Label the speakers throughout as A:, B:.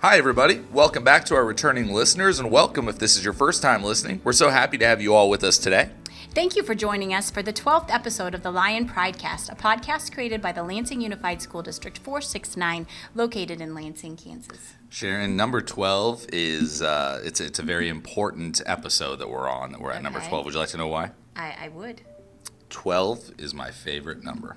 A: Hi, everybody. Welcome back to our returning listeners, and welcome if this is your first time listening. We're so happy to have you all with us today.
B: Thank you for joining us for the 12th episode of the Lion Pridecast, a podcast created by the Lansing Unified School District 469, located in Lansing, Kansas.
A: Sharon, number 12 is uh, it's, it's a very important episode that we're on, that we're at number
B: Okay.
A: 12. Would you like to know why?
B: I, I would.
A: 12 is my favorite number.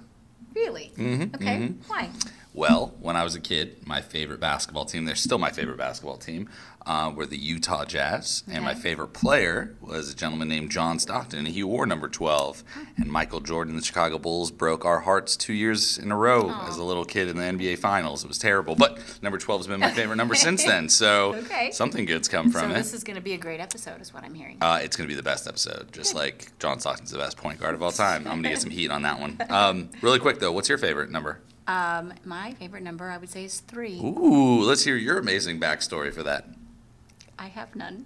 B: Really?
A: Mm-hmm,
B: okay. Why?
A: Well, when I was a kid, my favorite basketball team, they're still my favorite basketball team, uh, were the Utah Jazz. And my
B: Okay.
A: favorite player was a gentleman named John Stockton. and He wore number 12. And Michael Jordan, the Chicago Bulls, broke our hearts two years in a row as a little kid in the NBA Finals. It was terrible. But number 12 has been my favorite number since then. So
B: Okay.
A: something good's come
B: So
A: from it.
B: this is going to be a great episode, is what I'm hearing.
A: Uh, it's going to be the best episode, just like John Stockton's the best point guard of all time. I'm going to get some heat on that one. Um, really quick, though, what's your favorite number?
B: Um, my favorite number, I would say, is three.
A: Ooh, let's hear your amazing backstory for that.
B: I have none.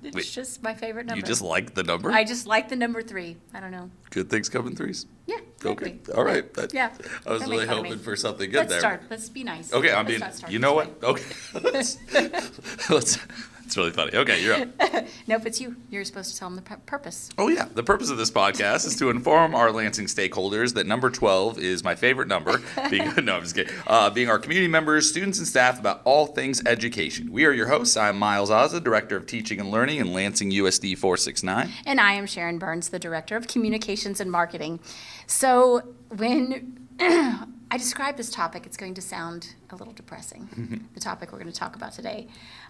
B: It's
A: Wait,
B: just my favorite number.
A: You just like the number?
B: I just like the number three. I don't know.
A: Good things come in threes.
B: Yeah.
A: Okay.
B: exactly.
A: All right. That-
B: Yeah.
A: I was
B: Don't
A: really
B: make fun of me.
A: hoping for something good
B: Let's
A: there.
B: start. Let's be nice.
A: Okay, I'm
B: Let's
A: being.
B: not start
A: You know
B: this
A: what? Okay. Let's. let's it's really funny. Okay, you're up.
B: way. Nope, it's you. You're supposed to tell them the pu- purpose.
A: Oh, yeah. The purpose of this podcast is to inform our Lansing stakeholders that number 12 is my favorite number, being, no, I'm just kidding, uh, being our community members, students, and staff about all things education. We are your hosts. I'm Miles Ozza, Director of Teaching and Learning in Lansing USD 469.
B: And I am Sharon Burns, the Director of Communications and Marketing. So when I describe this topic, it's going to sound a little depressing, the topic we're going to talk about today.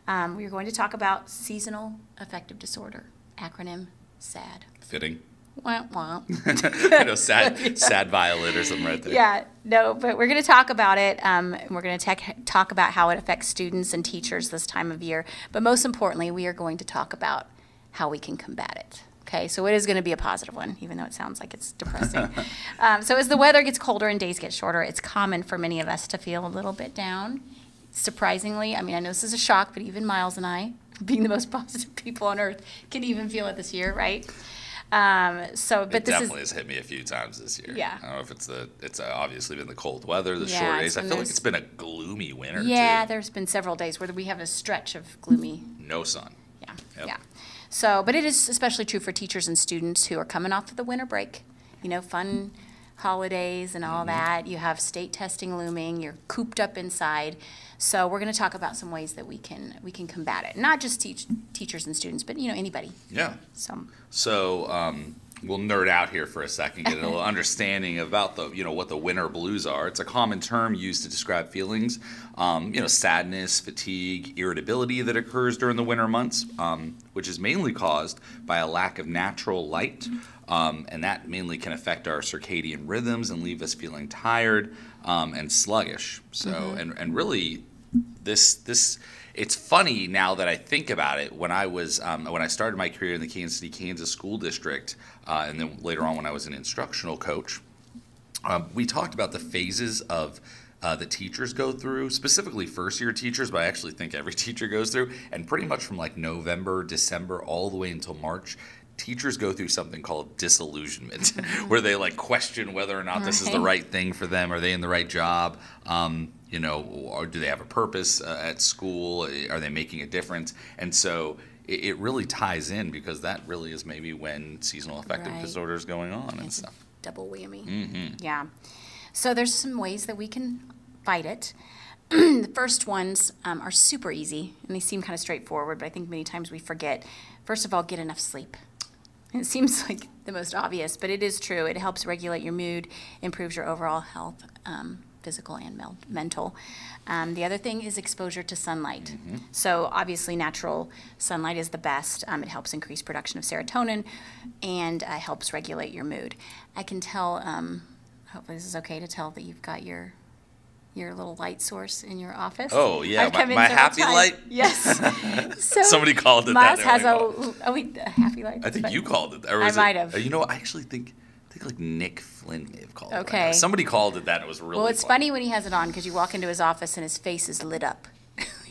B: Um, we're going to talk about seasonal affective disorder, acronym SAD.
A: Fitting.
B: Wah, wah.
A: you know, sad, sad violet or something right there.
B: Yeah, no, but we're going to talk about it. Um, and we're going to tech talk about how it affects students and teachers this time of year. But most importantly, we are going to talk about how we can combat it. Okay, so it is going to be a positive one, even though it sounds like it's depressing. um, so, as the weather gets colder and days get shorter, it's common for many of us to feel a little bit down. Surprisingly, I mean, I know this is a shock, but even Miles and I, being the most positive people on earth, can even feel it this year, right? Um, so, but
A: It
B: this is
A: definitely has hit me a few times this year.
B: Yeah.
A: I don't know if it's the, it's uh, obviously been the cold weather, the
B: Yeah,
A: short
B: it's
A: days. I
B: been
A: feel like
B: this-
A: it's been a gloomy winter.
B: Yeah,
A: Too.
B: there's been several days where we have a stretch of gloomy.
A: No sun.
B: Yeah,
A: Yep.
B: yeah. So, but it is especially true for teachers and students who are coming off of the winter break. You know, fun holidays and all that. You have state testing looming. You're cooped up inside. So, we're going to talk about some ways that we can we can combat it. Not just teach teachers and students, but you know anybody.
A: Yeah.
B: So,
A: So um, we'll nerd out here for a second, get a little understanding about the you know what the winter blues are. It's a common term used to describe feelings, um, you know, sadness, fatigue, irritability that occurs during the winter months, um, which is mainly caused by a lack of natural light. Um, and that mainly can affect our circadian rhythms and leave us feeling tired um, and sluggish. So, and, and really, this this it's funny now that I think about it. When I was um, when I started my career in the Kansas City, Kansas school district, uh, and then later on when I was an instructional coach, um, we talked about the phases of uh, the teachers go through, specifically first year teachers, but I actually think every teacher goes through, and pretty much from like November, December, all the way until March. Teachers go through something called disillusionment, where they like question whether or not this is the
B: Right.
A: right right thing for them? Are they in the right job? Um, you know, or do they have a purpose uh, at school? Are they making a difference? And so it, it really ties in because that really is maybe when seasonal affective
B: Right.
A: disorder is going on and stuff.
B: double whammy. Yeah. So there's some ways that we can fight it. the first ones um, are super easy and they seem kind of straightforward, but I think many times we forget. First of all, get enough sleep. It seems like the most obvious, but it is true. It helps regulate your mood, improves your overall health, um, physical and mel- mental. Um, the other thing is exposure to sunlight.
A: Mm-hmm.
B: So, obviously, natural sunlight is the best. Um, it helps increase production of serotonin and uh, helps regulate your mood. I can tell, um, hopefully, this is okay to tell that you've got your. Your little light source in your office.
A: Oh, yeah,
B: I've
A: my-
B: come in
A: my
B: several
A: happy
B: times.
A: light?
B: Yes. so
A: Somebody called it that.
B: Miles
A: They were
B: has
A: like,
B: a oh wait, a happy light.
A: I think
B: But-
A: you called it. that, Or
B: I
A: was it-
B: might have.
A: You know, I actually think I think like Nick Flynn may have called it.
B: Okay.
A: That. Somebody called it that. It was really.
B: Well, it's funny when he has it on because you walk into his office and his face is lit up.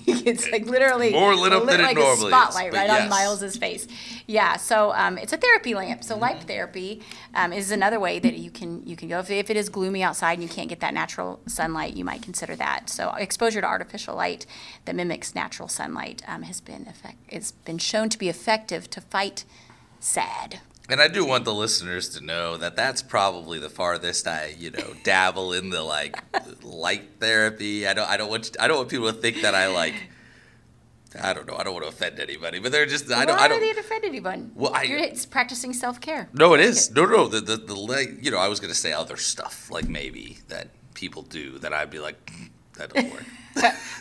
B: it's like literally
A: More lit up than it
B: like
A: normally is,
B: a spotlight
A: but
B: right
A: yes.
B: on Miles's face. Yeah, so um, it's a therapy lamp. So light
A: Mm-hmm.
B: therapy um, is another way that you can you can go. If, if it is gloomy outside and you can't get that natural sunlight, you might consider that. So exposure to artificial light that mimics natural sunlight um, has been effect. It's been shown to be effective to fight sad.
A: And I do want the listeners to know that that's probably the farthest I, you know, dabble in the like light therapy. I don't, I don't want, I don't want people to think that I like, I don't know, I don't want to offend anybody, but they're just, I don't,
B: Why
A: I
B: are they
A: don't.
B: to offend anyone?
A: Well, I-
B: You're, it's practicing self care.
A: No, it is. No, no, the, the, the light, you know, I was going to say other stuff, like maybe that people do that I'd be like, "Mm, that doesn't work.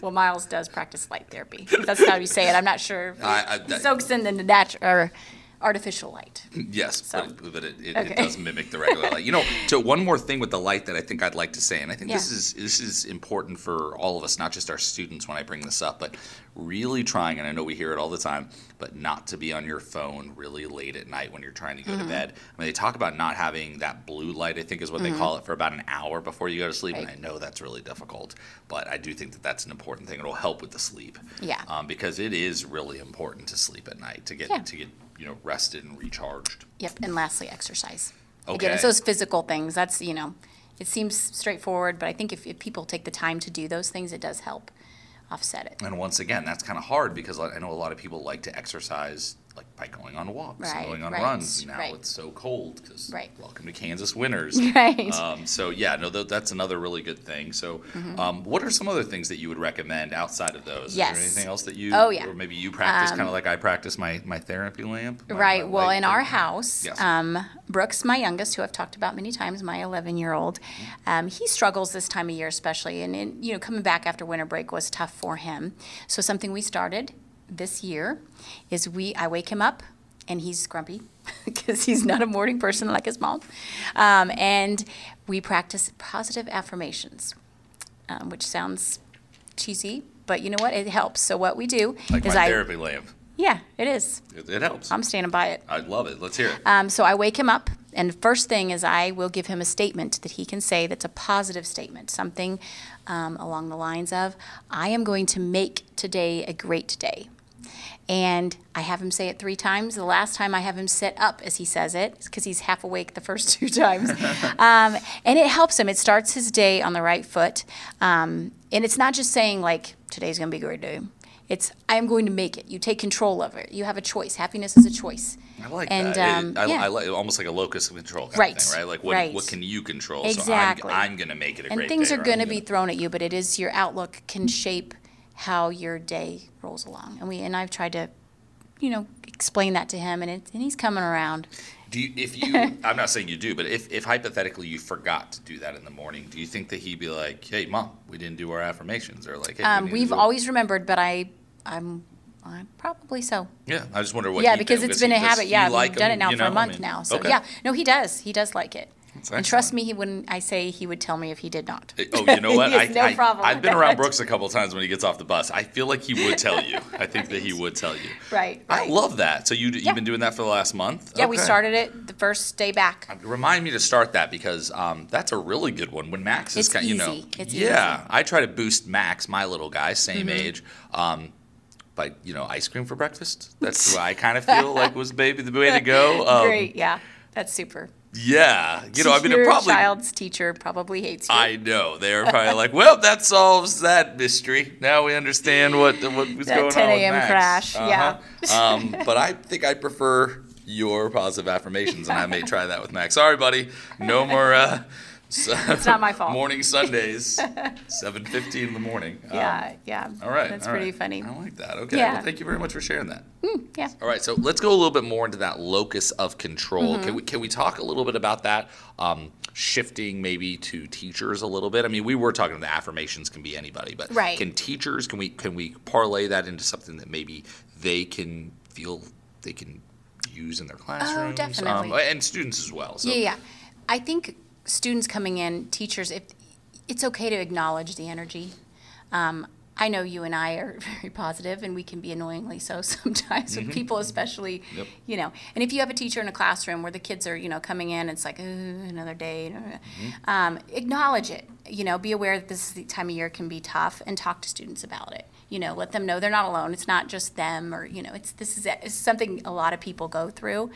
B: well, Miles does practice light therapy. If That's how you say it. I'm not sure. if he
A: I- I- that-
B: soaks in the natural or artificial light.
A: Yes,
B: So-
A: but, but it, it,
B: okay.
A: it does mimic the regular light. You know, so one more thing with the light that I think I'd like to say, and I think this
B: Yeah.
A: is this is important for all of us, not just our students. When I bring this up, but really trying, and I know we hear it all the time, but not to be on your phone really late at night when you're trying to go
B: Mm-hmm.
A: to bed. I mean, they talk about not having that blue light. I think is what they call it for about an hour before you go to sleep, and I
B: Mm-hmm. Right.
A: know that's really difficult, but I do think that that's an important thing. It'll help with the sleep.
B: Yeah.
A: Um, because it is really important to sleep at night to get
B: Yeah.
A: to get you know rested and recharged.
B: Yep. And lastly, exercise. Again,
A: Okay.
B: it's those physical things. That's, you know, it seems straightforward, but I think if, if people take the time to do those things, it does help offset it.
A: And once again, that's kind of hard because I I know a lot of people like to exercise like by going on walks and
B: Right,
A: going on
B: right,
A: runs. And now
B: right.
A: it's so cold because
B: Right.
A: welcome to Kansas winters.
B: Right.
A: Um, so yeah, no, th- that's another really good thing. So, um, what are some other things that you would recommend outside of those? Is
B: Mm-hmm. Yes.
A: there anything else that you?
B: Oh, yeah. Um,
A: Or maybe you practice kind of like I practice my my therapy lamp. my-
B: Right.
A: my
B: Well,
A: light
B: in our
A: therapy.
B: house,
A: Yes.
B: um, Brooks, my youngest, who I've talked about many times, my 11 year old, um, he struggles this time of year, especially. And, and, you know, coming back after winter break was tough for him. So, something we started this year is we, I wake him up and he's grumpy because he's not a morning person like his mom. Um, and we practice positive affirmations, um, which sounds cheesy, but you know what? It helps. So, what we do
A: like
B: is
A: my
B: I,
A: therapy lamp.
B: yeah, it is.
A: It, it helps.
B: I'm standing by it.
A: I love it. Let's hear it.
B: Um, so I wake him up, and the first thing is I will give him a statement that he can say that's a positive statement, something um, along the lines of, I am going to make today a great day. And I have him say it three times. The last time I have him sit up as he says it, because he's half awake the first two times. um, and it helps him. It starts his day on the right foot. Um, and it's not just saying, like, today's going to be a great day. It's, I am going to make it. You take control of it. You have a choice. Happiness is a choice.
A: I like
B: and,
A: that.
B: um,
A: It- I,
B: yeah.
A: I like almost like a locus of control kind
B: Right,
A: of thing, right? Like what,
B: right.
A: what can you control?
B: Exactly.
A: So I'm, I'm going to make it a
B: and
A: great
B: things
A: day,
B: are
A: or I'm
B: going to
A: gonna-
B: be thrown at you but it is your outlook can shape how your day rolls along and we and i've tried to you know explain that to him and it, and he's coming around
A: Do you, if you, I'm not saying you do, but if, if hypothetically you forgot to do that in the morning, do you think that he'd be like, "Hey, mom, we didn't do our affirmations," or like, hey, we
B: um,
A: need to
B: we've
A: do it."
B: always remembered but i i'm i'm probably so
A: yeah." I just wonder what.
B: yeah
A: you
B: because
A: think,
B: it's been a
A: you just-
B: habit
A: you
B: yeah
A: like
B: we've
A: 'em,
B: done it now
A: you
B: for
A: know?
B: a
A: I
B: month
A: mean,
B: now so
A: okay.
B: yeah no he does he does like it and
A: excellent.
B: trust me he wouldn't i say he would tell me if he did not
A: It- Oh, you know what?
B: He has no
A: I,
B: problem
A: I, I've
B: with
A: been
B: that.
A: around Brooks a couple times when he gets off the bus. I feel like he would tell you. I think that he would tell you.
B: right,
A: I
B: right.
A: love that. So you, you've
B: Yeah.
A: been doing that for the last month?
B: yeah we
A: Okay.
B: started it the first day back
A: Remind me to start that because um, that's a really good one. When Max is,
B: It's
A: kind, you know,
B: easy. It's
A: yeah, I try to boost Max, my little guy, same age, um, by you know, ice cream for breakfast. That's what I kind of feel like was maybe the way to go. Um,
B: great yeah that's super
A: Yeah, you know, I mean, it
B: your
A: probably.
B: child's teacher probably hates you.
A: I know they were probably like, "Well, that solves that mystery. Now we understand what what was
B: That
A: going
B: 10
A: on with
B: a.m.
A: Max."
B: crash, yeah.
A: yeah. um, but I think I prefer your positive affirmations, and I may try that with Max. Sorry, buddy. No more. Uh, it's
B: not my fault.
A: Morning Sundays, seven fifty in the morning. Um,
B: yeah, yeah.
A: all right.
B: That's
A: all
B: pretty
A: right.
B: funny.
A: I like that. Okay.
B: Yeah.
A: Well, thank you very much for sharing that.
B: Yeah.
A: All right, so let's go a little bit more into that locus of control.
B: Mm-hmm.
A: Can we can we talk a little bit about that? Um, shifting maybe to teachers a little bit. I mean, we were talking the affirmations can be anybody, but
B: Right.
A: can teachers can we can we parlay that into something that maybe they can feel they can use in their classrooms?
B: Oh,
A: Um,
B: definitely.
A: and students as well. So
B: Yeah, yeah. I think students coming in, teachers, if it's okay to acknowledge the energy. Um, I know you and I are very positive, and we can be annoyingly so sometimes with people, especially,
A: Mm-hmm. Yep.
B: you know. And if you have a teacher in a
A: Mm-hmm.
B: classroom where the kids are, you know, coming in, it's like "Ooh, another day. Um, acknowledge it. you know, be aware that this time of year can be tough and talk to students about it. You know, let them know they're not alone. It's not just them or, you know, it's this is it's something a lot of people go through.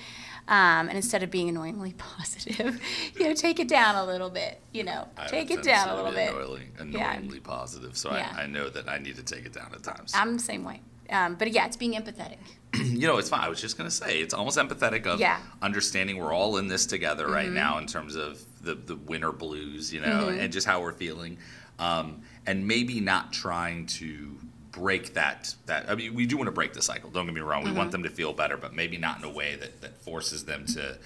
B: Um, and instead of being annoyingly positive, you know, take it down a little bit, you know,
A: I
B: take
A: would
B: it
A: tend
B: down
A: to
B: a little
A: be
B: bit.
A: Annoyingly,
B: Yeah.
A: annoyingly positive, so
B: Yeah.
A: I, I know that I need to take it down at times.
B: I'm the same way. Um, but yeah, it's being empathetic.
A: you know, it's fine. I was just gonna say it's almost empathetic of
B: Yeah. Mm-hmm.
A: understanding we're all in this together right now in terms of the the winter blues, you know, and just how we're feeling, um, and maybe not trying to break that that I mean we do want to break the cycle don't get me wrong we
B: Mm-hmm.
A: want them to feel better but maybe not in a way that that forces them to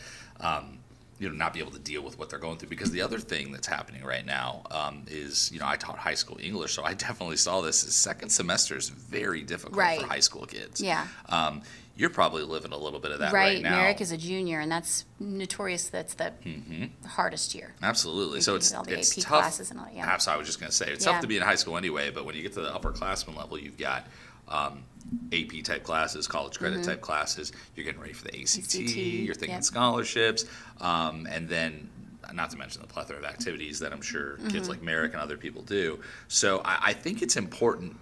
A: um, you know not be able to deal with what they're going through because the other thing that's happening right now um, is you know I taught high school English so I definitely saw this is second semester is very difficult
B: Right.
A: for high school kids
B: Yeah.
A: um, you're probably living a little bit of that right,
B: right.
A: now.
B: Merrick is a junior, and that's notorious. That's the
A: Mm-hmm.
B: hardest year.
A: Absolutely. So
B: Because
A: it's
B: of all the
A: it's
B: AP
A: tough.
B: classes and all that, yeah.
A: Perhaps I was just going to say it's
B: Yeah.
A: tough to be in high school anyway, but when you get to the upperclassman level, you've got um, AP type classes, college credit
B: Mm-hmm.
A: type classes. You're getting ready for the ACT.
B: ACT,
A: you're thinking
B: yep.
A: scholarships, um, and then not to mention the plethora of activities that I'm sure kids like Merrick and other people do. So I, I think it's important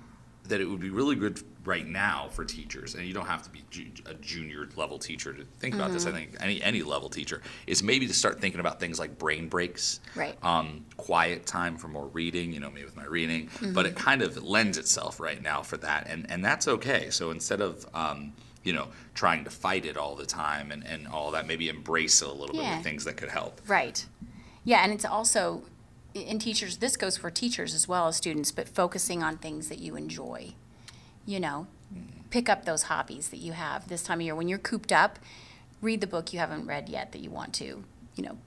A: that it would be really good right now for teachers, and you don't have to be ju- a junior level teacher to think about this. I think any any level teacher is maybe to start thinking about things like brain breaks,
B: Right.
A: Um, quiet time for more reading, you know, me with my reading, but
B: Mm-hmm.
A: it kind of lends itself right now for that, and and that's okay. So instead of um, you know, trying to fight it all the time and, and all that, maybe embrace a little bit
B: Yeah.
A: of things that could help.
B: Right. Yeah, and it's also i- in teachers. This goes for teachers as well as students, but focusing on things that you enjoy. You know,
A: Mm-hmm.
B: pick up those hobbies that you have this time of year when you're cooped up. Read the book you haven't read yet that you want to. You know,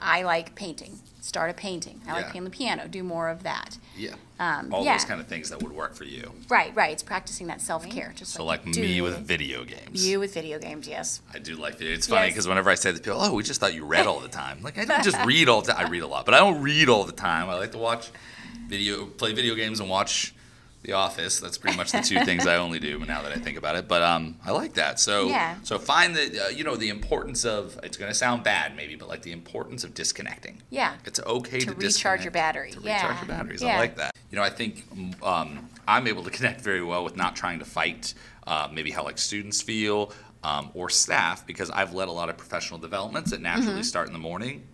B: I like painting. Start a painting. I like
A: Yeah.
B: playing the piano. Do more of that.
A: Yeah.
B: Um,
A: all
B: yeah.
A: those kind of things that would work for you.
B: Right, right. It's practicing that self care. Just
A: So like
B: you do.
A: me with video games.
B: you with video games. Yes.
A: I do like video. It's funny
B: Yes.
A: because whenever I say to people, "Oh, we just thought you read all the time," like I don't just read all the time. I read a lot, but I don't read all the time. I like to watch video, play video games, and watch The Office. That's pretty much the two things I only do now that I think about it. But um, I like that. So
B: Yeah.
A: so find the uh, you know the importance of. It's going to sound bad maybe, but like the importance of disconnecting.
B: Yeah.
A: It's okay to,
B: To recharge your
A: disconnect,
B: battery.
A: To
B: Yeah.
A: recharge your batteries.
B: Yeah.
A: I like that. You know, I think um, I'm able to connect very well with not trying to fight uh, maybe how like students feel um, or staff because I've led a lot of professional developments that naturally
B: Mm-hmm.
A: start in the morning.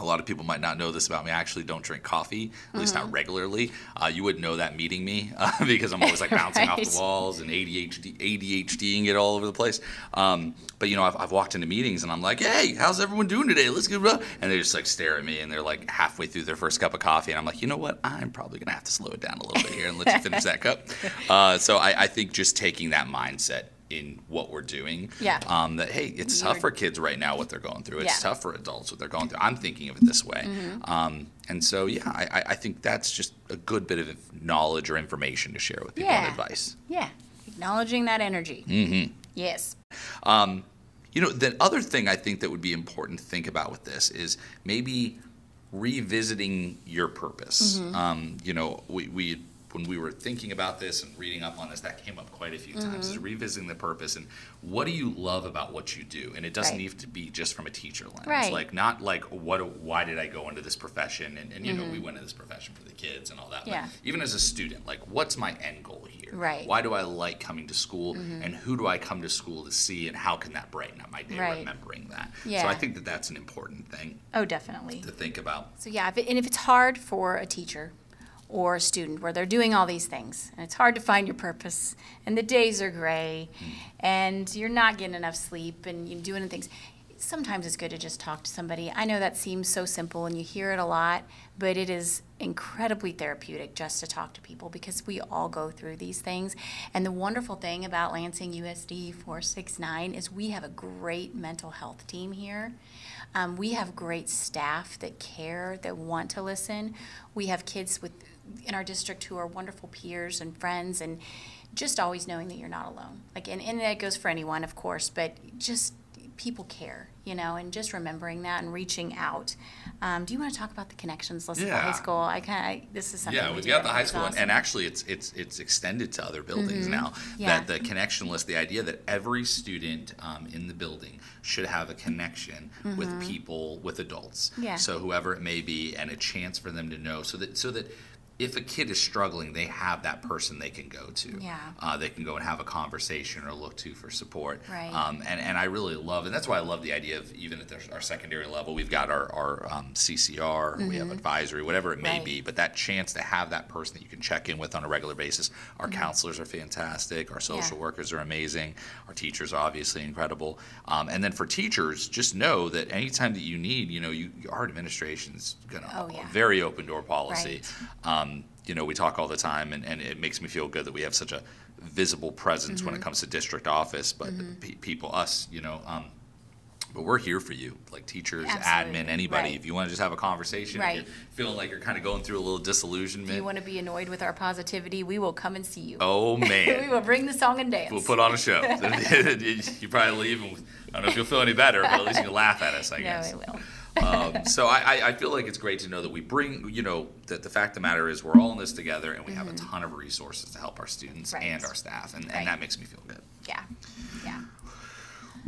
A: A lot of people might not know this about me. I actually don't drink coffee, at least
B: Mm-hmm.
A: not regularly. Uh, you wouldn't know that meeting me uh, because I'm always like bouncing off
B: Right.
A: the walls and ADHD, ADHDing it all over the place. Um, but you know, I've, I've walked into meetings and I'm like, "Hey, how's everyone doing today? Let's get up." And they just like stare at me and they're like halfway through their first cup of coffee, and I'm like, "You know what? I'm probably gonna have to slow it down a little bit here and let you finish that cup." Uh, so I, I think just taking that mindset in what we're doing,
B: Yeah.
A: um, that hey, it's tough
B: You're-
A: for kids right now what they're going through. It's
B: Yeah. Mm-hmm.
A: tough for adults what they're going through. I'm thinking of it this way. Um, and so, yeah, I, I- I think that's just a good bit of knowledge or information to share with people and
B: Yeah.
A: advice.
B: Yeah. Acknowledging that energy. Mm-hmm. Yes.
A: You know, the other thing I think that would be important to think about with this is maybe revisiting your purpose.
B: Mm-hmm.
A: Um, you know, we, we when we were thinking about this and reading up on this, that came up quite a few times. Is
B: Mm-hmm.
A: revisiting the purpose and what do you love about what you do? And it doesn't
B: Right.
A: need to be just from a teacher lens,
B: Right.
A: like not like what why did I go into this profession? And, and you know, we went into this profession for the kids and all that. but
B: Mm-hmm. Yeah.
A: even as a student, like what's my end goal here?
B: Right. Mm-hmm.
A: Why do I like coming to school? And who do I come to school to see? And how can that brighten up my day?
B: Right.
A: Remembering that. So
B: Yeah.
A: I think that that's an important thing
B: Oh, definitely.
A: to think about.
B: So yeah, if it, and if it's hard for a teacher or a student where they're doing all these things and it's hard to find your purpose and the days are gray and you're not getting enough sleep and you're doing things sometimes it's good to just talk to somebody i know that seems so simple and you hear it a lot but it is incredibly therapeutic just to talk to people because we all go through these things and the wonderful thing about lansing usd 469 is we have a great mental health team here um, we have great staff that care, that want to listen. We have kids with in our district who are wonderful peers and friends, and just always knowing that you're not alone. Like, and, and that goes for anyone, of course, but just people care, you know, and just remembering that and reaching out. Um, do you want to talk about the connections listed yeah.
A: Yeah.
B: high school? I kind of this is something.
A: Yeah,
B: we
A: we've
B: do
A: got the
B: that
A: high
B: is
A: school, and-
B: awesome.
A: and actually, it's it's it's extended to other buildings now.
B: Mm-hmm. Yeah.
A: That the connection list, the idea that every student um, in the building should have a connection with people, with adults.
B: Mm-hmm. Yeah.
A: So whoever it may be, and a chance for them to know, so that so that if a kid is struggling, they have that person they can go to.
B: Yeah.
A: Uh, they can go and have a conversation or look to for support.
B: Right.
A: Um, and, and I really love, and that's why I love the idea of even at the, our secondary level, we've got our, our um, CCR, we have advisory, whatever it may
B: Mm-hmm. Right.
A: be but that chance to have that person that you can check in with on a regular basis. Our counselors are fantastic. Our social
B: Mm-hmm. Yeah.
A: workers are amazing. Our teachers are obviously incredible. Um, and then for teachers, just know that anytime that you need, you know, you, our administration's going to
B: Oh, yeah.
A: very open door policy. Um, you know, we talk all the time, and, and it makes me feel good that we have such a visible presence
B: Mm-hmm.
A: when it comes to district office, but pe- people, us, you know, um, but we're here for you, like teachers,
B: Absolutely.
A: admin, anybody.
B: Right.
A: If you want to just have a conversation,
B: Right.
A: if you're feeling like you're kind of going through a little
B: If you
A: disillusionment,
B: want to be annoyed with our positivity, we will come and see you.
A: oh
B: we
A: man,
B: will bring the song and dance.
A: we'll put on a show. you probably leave, and I don't know if you'll feel any better, but at least you can laugh at us, I
B: no,
A: guess.
B: it will.
A: um, so I, I, I feel like it's great to know that we bring, you know, that the fact of the matter is we're all in this together, and we have a ton of resources to help our students
B: Mm-hmm. Right.
A: and our staff, and,
B: Right.
A: and that makes me feel good.
B: Yeah, yeah.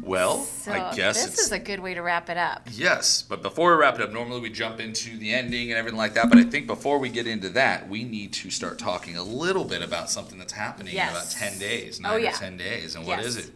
A: Well,
B: So
A: Oh, I guess
B: this
A: it's,
B: is a good way to wrap it up.
A: Yes, but before we wrap it up, normally we jump into the ending and everything like that. But I think before we get into that, we need to start talking a little bit about something that's happening in about
B: Yes.
A: 10 days,
B: Oh,
A: 9
B: yeah.
A: or 10 days. And what is
B: Yes.
A: it?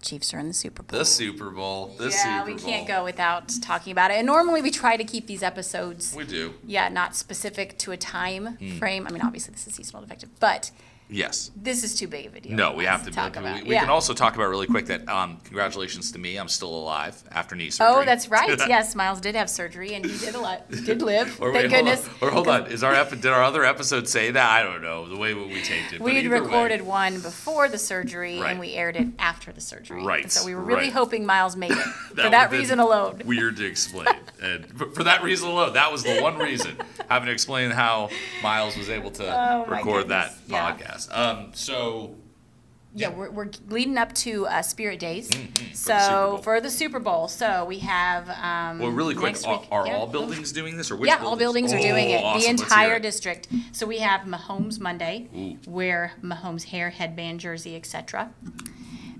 B: Chiefs are in the Super Bowl.
A: The Super Bowl. The
B: yeah,
A: Super Bowl.
B: we can't go without talking about it. And normally we try to keep these episodes,
A: We Hmm. do.
B: yeah, not specific to a time frame. I mean, obviously this is seasonal defective, but
A: Yes.
B: this is too big of a deal.
A: No, we
B: for us
A: have to be-
B: talk
A: we-
B: about.
A: We,
B: yeah.
A: can also talk about really quick that um, congratulations to me. I'm still alive after knee surgery.
B: Oh, that's right. Yes, Miles did have surgery, and he did a lot, did live.
A: Or wait, hold
B: thank goodness.
A: On. Or hold on, is our epi- did our other episode say that? I don't know the way we taped it. but
B: We had
A: either way-
B: recorded one before the surgery,
A: Right.
B: and we aired it after the surgery.
A: Right,
B: And so we were really
A: right.
B: hoping Miles made it for
A: would've
B: that
A: been
B: reason alone.
A: Weird to explain. and for, for that reason alone, that was the one reason having to explain how Miles was able to
B: Oh, my
A: record that
B: goodness. Yeah.
A: podcast. Um, so
B: yeah,
A: Yeah. Mm-hmm.
B: we're, we're leading up to uh, Spirit Days.
A: the Super
B: so
A: Bowl.
B: for the Super Bowl, so we have um,
A: well, really quick,
B: next
A: are,
B: week-
A: are
B: yeah.
A: all buildings doing this, or which
B: yeah, all buildings are doing
A: Oh,
B: it.
A: awesome. Let's
B: The
A: hear
B: entire
A: it.
B: district. So we have Mahomes Monday,
A: Ooh.
B: wear Mahomes hair, headband, jersey, etc.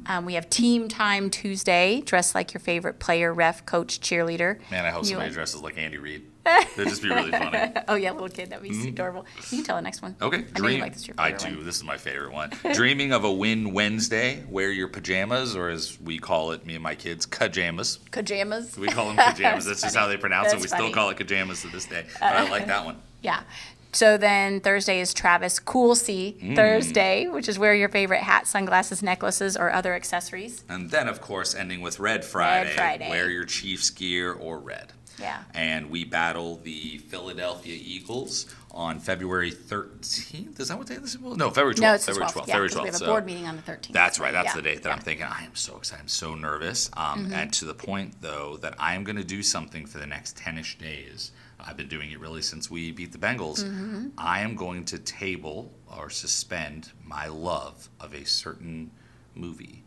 B: Um, we have team time Tuesday. Dress like your favorite player, ref, coach, cheerleader.
A: Man, I hope
B: You-
A: somebody dresses like Andy Reid. That'd just be really funny.
B: Oh yeah, little kid, that'd be adorable. You can tell the next one.
A: Mm-hmm. Okay,
B: I know you like this. your
A: I
B: favorite
A: do.
B: one.
A: This is my favorite one. Dreaming of a win Wednesday. Wear your pajamas, or as we call it, me and my kids, kajamas.
B: Pajamas.
A: We call them pajamas. That's just how they pronounce it.
B: That's
A: We
B: funny. Uh-huh.
A: still call it pajamas to this day. But I like that one.
B: Yeah. So then Thursday is Travis Cool C
A: Mm.
B: Thursday, which is wear your favorite hat, sunglasses, necklaces, or other accessories.
A: And then, of course, ending with Red Friday.
B: Friday.
A: Wear your Chiefs gear or red.
B: Yeah.
A: And we battle the Philadelphia Eagles on February 13th. Is that what day this is? No, February 12th.
B: No, it's the
A: February
B: 12th.
A: 12th.
B: Yeah,
A: February
B: 'cause
A: 12th.
B: We have a
A: so
B: board meeting on the 13th.
A: That's right. That's
B: Yeah,
A: the date that I'm
B: yeah. Mm-hmm.
A: thinking. I am so excited. I'm so nervous. Um, And to the point, though, that I am going to do something for the next 10 ish days. I've been doing it really since we beat the Bengals.
B: Mm-hmm.
A: I am going to table or suspend my love of a certain movie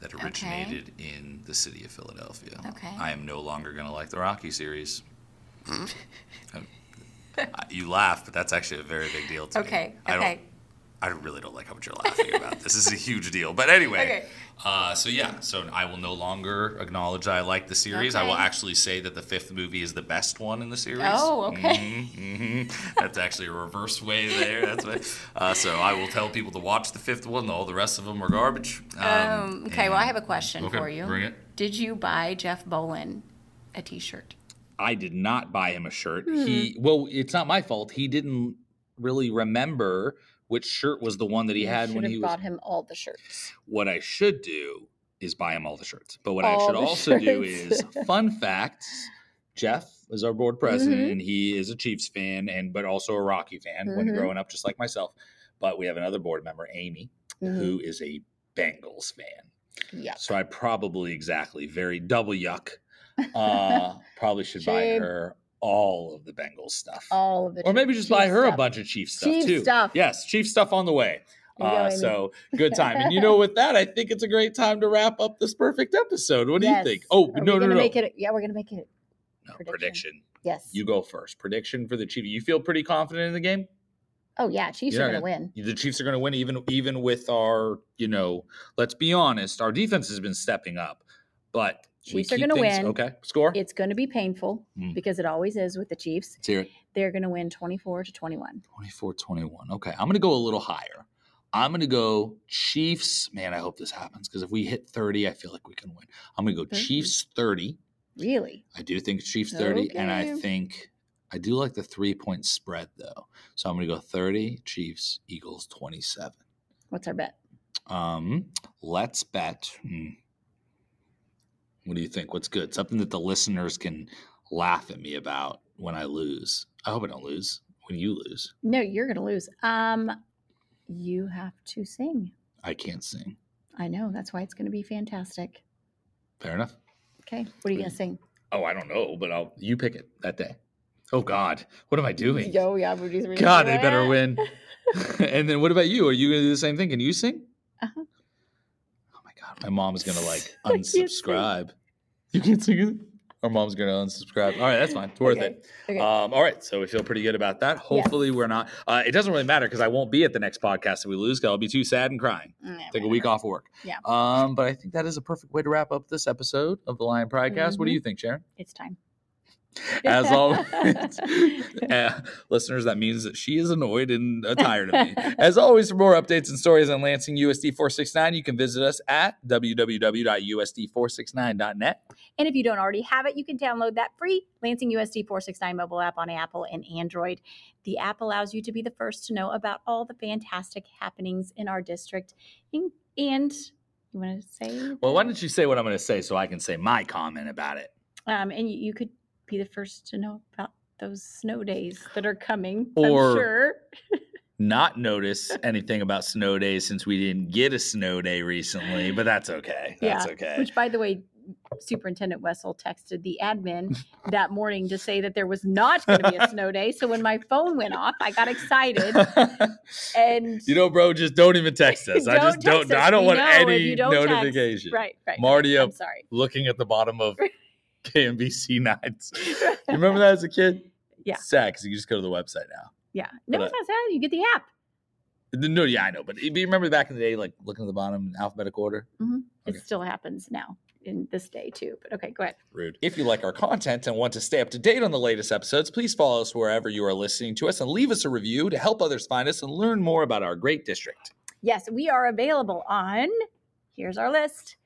A: that originated in the city of Philadelphia.
B: Okay.
A: I am no longer going to like the Rocky series. Um, I- you laugh, but that's actually a very big deal to me.
B: Okay.
A: I don't-
B: Okay.
A: I really don't like how much you're laughing about. This is a huge deal. But anyway,
B: Okay.
A: uh, so yeah, so I will no longer acknowledge that I like the series. I will
B: Okay.
A: actually say that the fifth movie is the best one in the series.
B: Oh, okay.
A: hmm That's actually a reverse way there. That's what, uh, so I will tell people to watch the fifth one. All the rest of them are garbage.
B: Um, okay. Well, I have a question
A: Mm. Okay,
B: for you.
A: bring it.
B: Did you buy Jeff Bolin a T-shirt?
A: I did not buy him a shirt.
B: Hmm.
A: He well, it's not my fault. He didn't really remember which shirt was the one that he had when he was
B: bought him all the shirts.
A: what I should do is buy him all the shirts. But what
B: All
A: I should
B: the
A: also do
B: shirts.
A: is fun facts. Jeff is our board president,
B: Mm-hmm.
A: and he is a Chiefs fan, and but also a Rocky fan when
B: Mhm.
A: growing up, just like myself. But we have another board member, Amy, who
B: Mm-hmm.
A: is a Bengals fan.
B: Mm, Yeah.
A: So I probably exactly very double yuck. Uh, probably should buy
B: Should-
A: her all of the Bengals stuff
B: All of it.
A: or maybe just buy her a bunch of Chief stuff
B: Chief
A: too.
B: stuff.
A: Yes, Chief stuff on the way.
B: know what I
A: Uh,
B: mean?
A: so good time. And you know, with that, I think it's a great time to wrap up this perfect episode. What do
B: Yes.
A: you think? Oh,
B: Are we
A: no, no,
B: gonna
A: no, no.
B: Make it, yeah, we're going to make it.
A: No,
B: prediction?
A: prediction.
B: Yes.
A: You go first. Prediction for the Chiefs. You feel pretty confident in the game?
B: oh, yeah. Chiefs
A: You're
B: are
A: not
B: going to win.
A: The Chiefs are going to win, even even with our, you know, let's be honest, our defense has been stepping up, but we
B: Chiefs are
A: keep
B: gonna
A: things-
B: win.
A: Okay, score.
B: It's going to be painful
A: Mm.
B: because it always is with the Chiefs.
A: Let's hear it.
B: They're going to win 24 to 21.
A: 24 21. Okay. I'm going to go a little higher. I'm going to go Chiefs. Man, I hope this happens because if we hit 30, I feel like we can win. I'm going to go
B: Thirty.
A: Chiefs 30.
B: Really?
A: I do think it's Chiefs 30. And I
B: Okay.
A: think I do like the three point spread, though. So I'm going to go 30, Chiefs, Eagles 27.
B: What's our bet?
A: Um, let's bet. hmm. What do you think? What's good? Something that the listeners can laugh at me about when I lose. I hope I don't lose when you lose.
B: No, you're going to lose. Um, You have to sing.
A: I can't sing.
B: I know. That's why it's going to be fantastic.
A: Fair enough.
B: Okay. What are you going to sing?
A: Oh, I don't know, but I'll you pick it that day. Oh God, what am I doing?
B: Yo, yeah. we're just- we're just
A: God, they
B: doing
A: better
B: it.
A: win. and then what about you? Are you gonna do the same thing? Can you sing?
B: Uh-huh.
A: Oh my God, my mom's gonna like
B: I can't sing.
A: unsubscribe. You can't sing it. Our mom's gonna unsubscribe. All right, that's fine. It's worth
B: Okay,
A: it.
B: okay.
A: Um, all right, so we feel pretty good about that. Hopefully, we're not. Uh, it doesn't really matter because I won't be at the next podcast if we lose. Cause I'll be too sad and crying.
B: Yeah,
A: Take a
B: whatever.
A: week off work.
B: Yeah.
A: Um, but I think that is a perfect way to wrap up this episode of the Lion Podcast. What
B: Mm-hmm.
A: do you think, Sharon?
B: It's time.
A: as always. Uh, listeners, that means that she is annoyed and uh, tired of me. As always, for more updates and stories on Lansing USD 469, you can visit us at www.usd469.net.
B: And if you don't already have it, you can download that free Lansing USD 469 mobile app on Apple and Android. The app allows you to be the first to know about all the fantastic happenings in our district. And, and you want to say?
A: Well, why
B: that?
A: don't you say what I'm going to say so I can say my comment about it?
B: Um, and you, you could be the first to know about those snow days that are coming.
A: Or-
B: I'm sure.
A: Not notice anything about snow days since we didn't get a snow day recently, but that's okay. That's
B: Yeah,
A: okay.
B: Which, by the way, Superintendent Wessel texted the admin that morning to say that there was not going to be a snow day. So when my phone went off, I got excited and
A: you know, bro, just don't even text us. I
B: Don't
A: just don't.
B: text us.
A: I don't
B: We
A: want
B: know if
A: any
B: you don't text.
A: notification.
B: right, right.
A: Marty
B: I'm
A: up.
B: sorry.
A: looking at the bottom of KMBC nights. You remember that as a kid?
B: Yeah.
A: Sad because you just go to the website now.
B: Yeah. No,
A: But,
B: it's not sad. You get the app.
A: No, yeah, I know. But you remember back in the day, like looking at the bottom in alphabetical order? Okay.
B: It still happens now in this day too. But okay, go ahead.
A: Rude. If you like our content and want to stay up to date on the latest episodes, please follow us wherever you are listening to us and leave us a review to help others find us and learn more about our great district.
B: Yes, we are available on. Here's our list.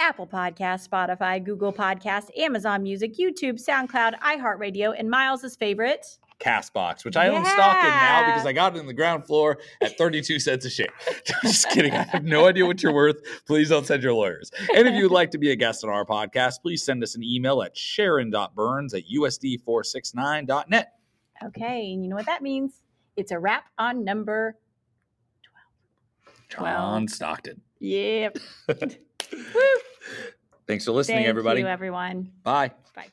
B: Apple Podcast, Spotify, Google Podcast, Amazon Music, YouTube, SoundCloud, iHeartRadio, and Miles' favorite.
A: Castbox, which I own stock in now
B: Yeah.
A: because I got it in the ground floor at 32 cents a share. Just kidding. I have no idea what you're worth. Please don't send your lawyers. And if you would like to be a guest on our podcast, please send us an email at sharon.burns at usd469.net.
B: Okay, and you know what that means? It's a wrap on number.
A: John Stockton.
B: Yep.
A: Thanks for listening,
B: Thank
A: everybody.
B: you, everyone.
A: Bye.
B: Bye.